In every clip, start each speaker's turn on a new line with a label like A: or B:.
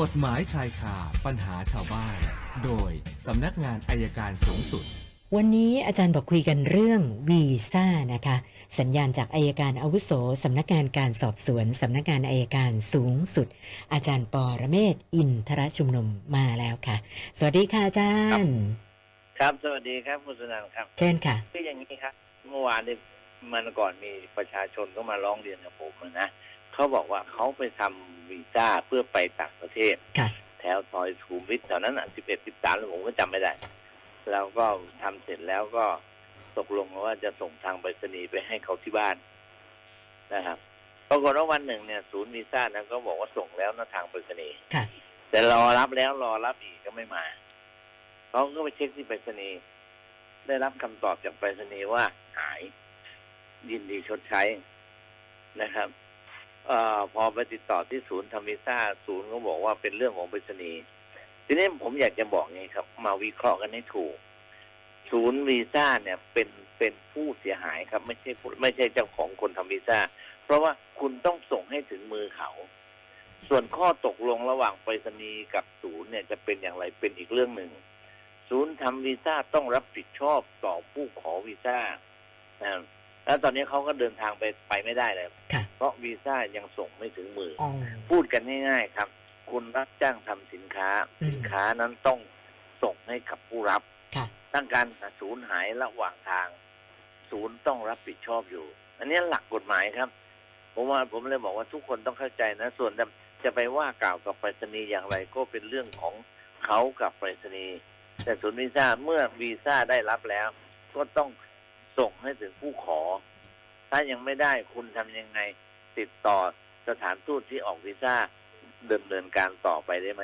A: กฎหมายชายคาปัญหาชาวบ้าน โดยสำนักงานอายการสูงสุด
B: วันนี้อาจารย์บอกคุยกันเรื่องวีซ่านะคะ สัญญาณจากอายการอาวุโสสำนักงานการสอบสวนสำนักงานอายการสูงสุด อาจารย์ปอระเมศวร์อินทรชุมนุมมาแล้วค่ะ สวัสดีค่ะอาจารย์
C: ครับ สวัสดีครับคุณสุนันท์ครับ
B: เชิญค่ะ
C: คืออย่างนี้ครับ เมื่อวานเนี่ยมันก่อนมีประชาชนก็มาร้องเรียนกับผมอะนะเขาบอกว่าเขาไปทำวีซ่าเพื่อไปต่างประเทศ
B: ค่ะ
C: แถวซอยสุขุมวิทแถวนั้นสิบเอ็ดสิบสามผมก็จำไม่ได้ แล้วก็ทำเสร็จแล้วก็ตกลงว่าจะส่งทางไปรษณีย์ไปให้เขาที่บ้านนะครับปรากฏว่าวันหนึ่งเนี่ย ศูนย์วีซ่านั้นก็บอกว่าส่งแล้วนะทางไปรษณีย์
B: ค่ะ
C: แต่รอรับแล้วรอรับอีกก็ไม่มาเขาก็ไปเช็คที่ไปรษณีย์ได้รับคำตอบจากไปรษณีย์ว่าหาย ยินดีชดใช้นะครับ เอ่อพอไปติดต่อที่ศูนย์ทำวีซ่าศูนย์ก็บอกว่าเป็นเรื่องของไปรษณีย์ทีนี้ผมอยากจะบอกไงครับ มาวิเคราะห์กันให้ถูก ศูนย์วีซ่าเนี่ยเป็นเป็นผู้เสียหายครับ ไม่ใช่ผู้ไม่ใช่เจ้าของคนทำวีซ่า เพราะว่าคุณต้องส่งให้ถึงมือเขา ส่วนข้อตกลงระหว่างไปรษณีย์กับศูนย์เนี่ยจะเป็นอย่างไรเป็นอีกเรื่องหนึ่ง ศูนย์ทำวีซ่าต้องรับผิดชอบต่อผู้ขอวีซ่านะครับแล้วตอนนี้เขาก็เดินทางไปไปไม่ได้เลย
B: ค่ะ
C: เพราะวีซ่ายังส่งไม่ถึงมือ
B: อ๋อ
C: พูดกันง่ายๆครับ คุณรับจ้างทำสินค้า
B: อืม
C: สินค้านั้นต้องส่งให้กับผู้รับ
B: ค่ะ
C: ตั้งการศูนย์หายระหว่างทาง ศูนย์ต้องรับผิดชอบอยู่ อันนี้หลักกฎหมายครับ ผมว่าผมเลยบอกว่าทุกคนต้องเข้าใจนะ ส่วนจะจะไปว่ากล่าวกับไปรษณีย์อย่างไรก็เป็นเรื่องของเขากับไปรษณีย์แต่ศูนย์วีซ่าเมื่อวีซ่าได้รับแล้ว ก็ต้องส่งให้ถึงผู้ขอ ถ้ายังไม่ได้คุณทำยังไง ติดต่อสถานทูตที่ออกวีซ่าดำเนินการต่อไปได้ไหม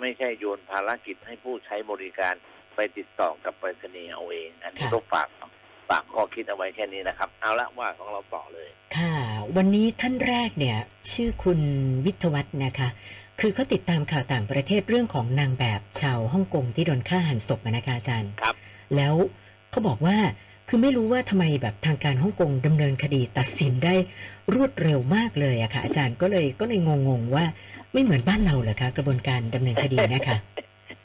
C: ไม่ใช่โยนภารกิจให้ผู้ใช้บริการไปติดต่อกับไปรษณีย์เอาเอง อันนี้
B: ค่ะ
C: ต้องฝากฝากข้อคิดเอาไว้แค่นี้นะครับ เอาละว่าของเราต่อเลย
B: ค่ะ วันนี้ท่านแรกเนี่ย ชื่อคุณวิทยวัฒน์นะคะ คือเขาติดตามข่าวต่างประเทศเรื่องของนางแบบชาวฮ่องกงที่โดนฆ่าหันศพอะนะคะอาจารย์
C: ครับ
B: แล้วเขาบอกว่าคือไม่รู้ว่าทำไมแบบทางการฮ่องกงดำเนินคดีตัดสินได้รวดเร็วมากเลยอะค่ะ อาจารย์ก็เลยก็เลยงงๆว่าไม่เหมือนบ้านเราเหรอคะกระบวนการดำเนินคดีนะคะ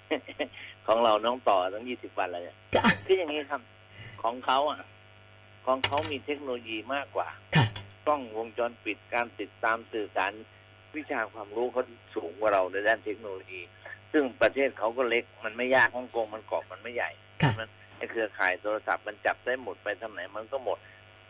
C: ของเราน้องต่อตั้งยี่สิบวันแล้วเนี่ย
B: ก็อ่ะ
C: คืออย่างนี้ครับ ของเขาอ่ะ ของเขามีเทคโนโลยีมากกว่า
B: ค่ะ
C: กล้องวงจรปิดการติดตามสื่อสารวิชาความรู้เขาสูงกว่าเราในด้านเทคโนโลยี ซึ่งประเทศเขาก็เล็ก มันไม่ยากฮ่องกงมันเกาะมันไม่ใหญ่
B: ค่ะ
C: มันไอ้เครือข่ายโทรศัพท์มันจับได้หมดไปทางไหนมันก็หมด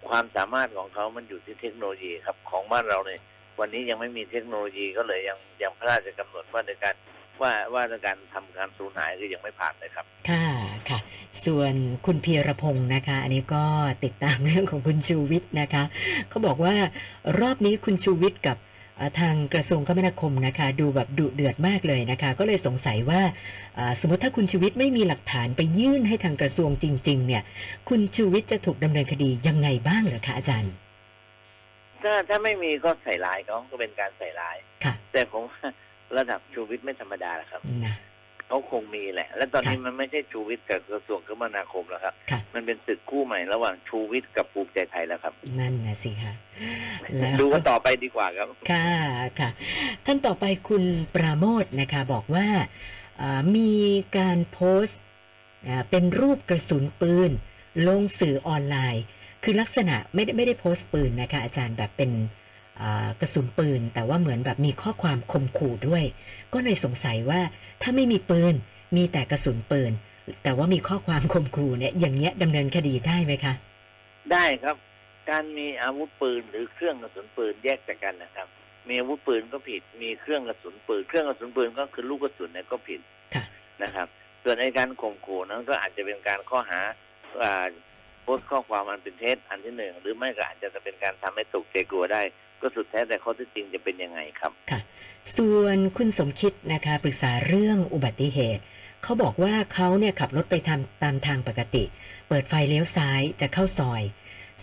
C: ความสามารถของเขามันอยู่ที่เทคโนโลยีครับ ของบ้านเราเนี่ยวันนี้ยังไม่มีเทคโนโลยีก็เลยยังยังพระราชกำหนดว่าในการว่าว่าในการทำการสูญหายคือยังไม่ผ่านเลยครับ
B: ค่ะค่ะ ส่วนคุณพีรพงศ์นะคะ อันนี้ก็ติดตามเรื่องของคุณชูวิทย์นะคะเขาบอกว่ารอบนี้คุณชูวิทย์กับเอ่อทางกระทรวงคมนาคมนะคะ ดูแบบดุเดือดมากเลยนะคะ ก็เลยสงสัยว่าเอ่อสมมติถ้าคุณชูวิทย์ไม่มีหลักฐานไปยื่นให้ทางกระทรวงจริง ๆ เนี่ย คุณชูวิทย์จะถูกดำเนินคดียังไงบ้างเหรอคะอาจารย์
C: ถ้าถ้าไม่มีก็ใส่ร้ายเขาก็เป็นการใส่ร้าย
B: ค่ะ
C: แต่ผมว่าระดับชูวิทย์ไม่ธรรมดาหรอกครับ
B: นะ
C: เขาคงมีแหละ และตอนนี้
B: ค่ะ
C: มันไม่ใช่ชูวิทย์กับกระทรวงคมนาคมแล้วครับ
B: ค่ะ
C: มันเป็นศึกคู่ใหม่ระหว่างชูวิทย์กับภูมิใจไทยแล้วครับ
B: นั่นนะสิคะแล้ว
C: ดูกันต่อไปดีกว่าครับ
B: ค่ะค่ะ ท่านต่อไปคุณปราโมทนะคะบอกว่าเอ่อมีการโพสต์อ่าเป็นรูปกระสุนปืน ลงสื่อออนไลน์ คือลักษณะไม่ได้ไม่ได้โพสต์ปืนนะคะ อาจารย์แบบเป็นอ่ากระสุนปืน แต่ว่าเหมือนแบบมีข้อความข่มขู่ด้วย ก็เลยสงสัยว่าถ้าไม่มีปืน มีแต่กระสุนปืน แต่ว่ามีข้อความข่มขู่เนี่ยอย่างเงี้ยดำเนินคดีได้ไหมคะ
C: ได้ครับ การมีอาวุธปืนหรือเครื่องกระสุนปืนแยกจากกันนะครับ มีอาวุธปืนก็ผิด มีเครื่องกระสุนปืน เครื่องกระสุนปืนก็คือลูกกระสุนเนี่ยก็ผิด
B: ค่ะ
C: นะครับ ส่วนในการข่มขู่นั้นก็อาจจะเป็นการข้อหาอ่าโพสต์ข้อความอันเป็นเท็จอันที่หนึ่งหรือไม่ก็อาจจะเป็นการทำให้ตกใจกลัวได้ ก็สุดแท้แต่ข้อเที่จริงจะเป็นยังไงครับ
B: ส่วนคุณสมคิดนะคะปรึกษาเรื่องอุบัติเหตุ เขาบอกว่าเขาเนี่ยขับรถไปทำตามทางปกติ เปิดไฟเลี้ยวซ้ายจะเข้าซอย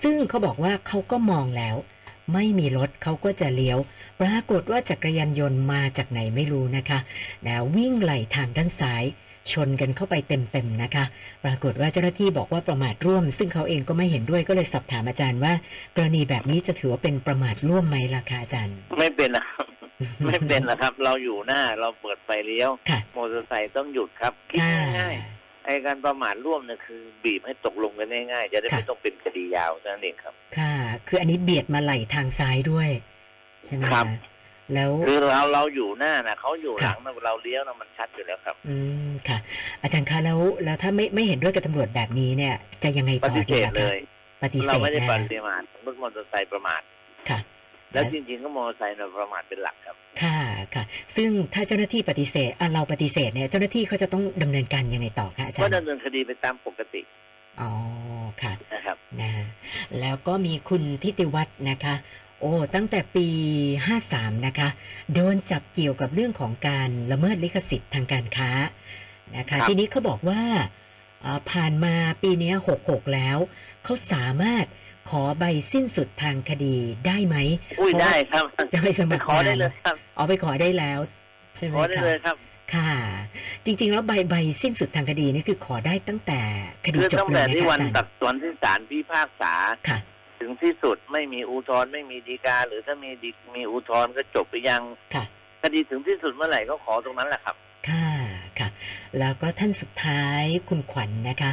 B: ซึ่งเขาบอกว่าเขาก็มองแล้ว ไม่มีรถเขาก็จะเลี้ยว ปรากฏว่าจักรยานยนต์มาจากไหนไม่รู้นะคะนะวิ่งไหลทางด้านซ้าย ชนกันเข้าไปเต็มๆนะคะ ปรากฏว่าเจ้าหน้าที่บอกว่าประมาทร่วม ซึ่งเขาเองก็ไม่เห็นด้วยก็เลยสอบถามอาจารย์ว่า กรณีแบบนี้จะถือว่าเป็นประมาทร่วมไหมล่ะคะอาจารย์
C: ไม่เป็นนะครับ ไม่เป็นหรอกครับ เราอยู่หน้าเราเปิดไฟเลี้ยว
B: ค่ะ
C: มอเตอร์ไซค์ต้องหยุดครับคิด
B: ค่ะ
C: ง่ายๆไอการประมาทร่วมเนี่ยคือ บีบให้ตกลงกันง่ายๆจะได้
B: ค่ะ
C: ไม่ต้องเป็นคดียาวนั่นเองครับ
B: ค่ะ คืออันนี้เบียดมาไหลทางซ้ายด้วย ใช่ไหมะ
C: ครับ
B: แล้ว
C: คือเราเราอยู่หน้านะเขาอยู่หลั
B: ค่ะ
C: งนะเราเลี้ยวนะมันชัดอยู่แล้วครับ
B: อืมค่ะ อาจารย์คะแล้วแล้วถ้าไม่ไม่เห็นด้วยกับตำรวจแบบนี้เนี่ย จะยังไง
C: ป
B: ต่อ
C: ฏิเส
B: ดี
C: ธ
B: ล่ะ
C: เล
B: คะ
C: ย
B: ปฏิเส
C: เรา
B: ธ
C: ไม่ได้
B: นะ
C: ปฏิมาทรถมอเตอร์ไซค์ประมาท
B: ค่ะ
C: แล้วจริงๆก็มอเตอร์ไซค์เราประมาทเป็นหลักครับ
B: ค่ะค่ะ ซึ่งถ้าเจ้าหน้าที่ปฏิเสธอ่ะเราปฏิเสธเนี่ยเจ้าหน้าที่เขาจะต้องดำเนินการยังไงต่อคะอาจาร
C: ก็
B: ย์
C: ดำเนินคดีไปตามปกติ
B: อ๋อค่ะ
C: นะครับ
B: นะแล้วก็มีคุณทิติวัฒน์นะคะ โอ้ตั้งแต่ปี 53 นะคะ โดนจับเกี่ยวกับเรื่องของการละเมิดลิขสิทธิ์ทางการค้านะ
C: ครั
B: คะ
C: บ
B: ทีนี้เขาบอกว่าอ่าผ่านมาปีเนี้ย66 แล้ว เขาสามารถขอใบสิ้นสุดทางคดีได้ไหม
C: อุ้ย
B: ขอ
C: ได้ครับ
B: จะไปส
C: ไป
B: มัคร
C: ขอได้เลยครับ
B: เอาไปขอได้แล้วใช่ไหม
C: ข
B: คะ
C: อได้เลยครับ
B: ค่ะ จริง ๆ แล้วใบใบสิ้นสุดทางคดีนี่คือขอได้ตั้งแต่คดี
C: คือ
B: จบ
C: ตั้ง
B: เล
C: แต่
B: ยนะ
C: ที่
B: คะ
C: วั
B: อาน จารย์
C: ตัดสวนที่ศาลพิพากษา
B: ค่ะ
C: ถึงที่สุดไม่มีอุทธรณ์ไม่มีฎีกา หรือถ้ามีฎีมีอุทธรณ์ก็จบไปยัง
B: ค่ะ
C: คดีถึงที่สุดเมื่อไหร่ก็ขอตรงนั้นแหละครับ
B: ค่ะค่ะ แล้วก็ท่านสุดท้ายคุณขวัญนะคะ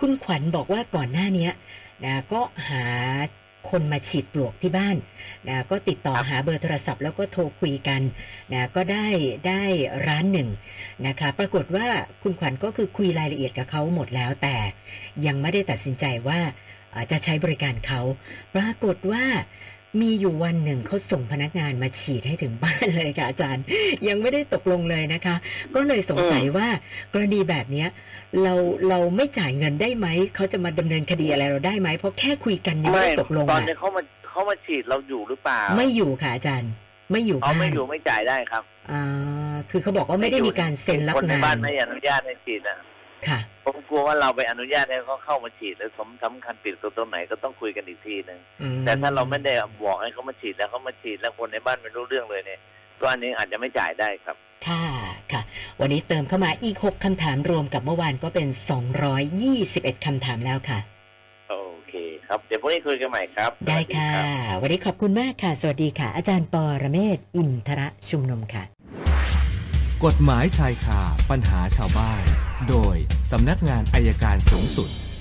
B: คุณขวัญบอกว่าก่อนหน้าเนี้ยนะก็หาคนมาฉีดปลวกที่บ้านนะก็ติดต่อ
C: ครับ
B: หาเบอร์โทรศัพท์แล้วก็โทรคุยกันนะก็ได้ได้ร้านหนึ่งนะคะ ปรากฏว่าคุณขวัญก็คือคุยรายละเอียดกับเขาหมดแล้วแต่ยังไม่ได้ตัดสินใจว่าอ่าจะใช้บริการเขา ปรากฏว่ามีอยู่วันหนึ่งเขาส่งพนักงานมาฉีดให้ถึงบ้านเลยค่ะอาจารย์ ยังไม่ได้ตกลงเลยนะคะ ก็เลยสงสัย
C: อืม
B: ว่ากรณีแบบเนี้ย เราเราไม่จ่ายเงินได้ไหม เขาจะมาดำเนินคดีอะไรเราได้ไหม เพราะแค่คุยกันยังไม่ได้ตกลง
C: ตอน
B: อะ
C: นี้เขามาเขามาฉีดเราอยู่หรือเปล่า
B: ไม่อยู่ค่ะอาจารย์ ไม่อยู่
C: เอา
B: บ้า
C: ไม่
B: น
C: อยู่ไม่จ่ายได้ครับ
B: อ่าคือเขาบอกว่าไม่ได้มีการเซ็นรับ
C: คนใน
B: งา
C: บ้าน
B: น
C: ไม่อนุญาตให้ฉีดนะ
B: ค่ะ
C: ผมกลัวว่าเราไปอนุญาตให้เขาเข้ามาฉีดแล้วสมสำคัญปิดตัวตรงไหนก็ต้องคุยกันอีกทีหนึ่ง
B: อืม
C: แต่ถ้าเราไม่ได้บอกให้เขามาฉีดแล้วเขามาฉีดแล้วคนในบ้านไม่รู้เรื่องเลยเนี่ยก็อันนี้อาจจะไม่จ่ายได้ครับ
B: ค่ะค่ะ วันนี้เติมเข้ามาอีก 6คำถามรวมกับเมื่อวานก็เป็น 221คำถามแล้วค่ะ
C: โอเคครับ เดี๋ยวพรุ่งนี้คุยกันใหม่ครับ
B: ได้
C: สวัส
B: ค่ะ
C: รับ
B: วันนี้ขอบคุณมากค่ะ สวัสดีค่ะ อาจารย์ปอระเมศวร์อินทระชุมนุมค่ะ
A: กฎหมายชายคาปัญหาชาวบ้าน โดยสำนักงานอายการสูงสุด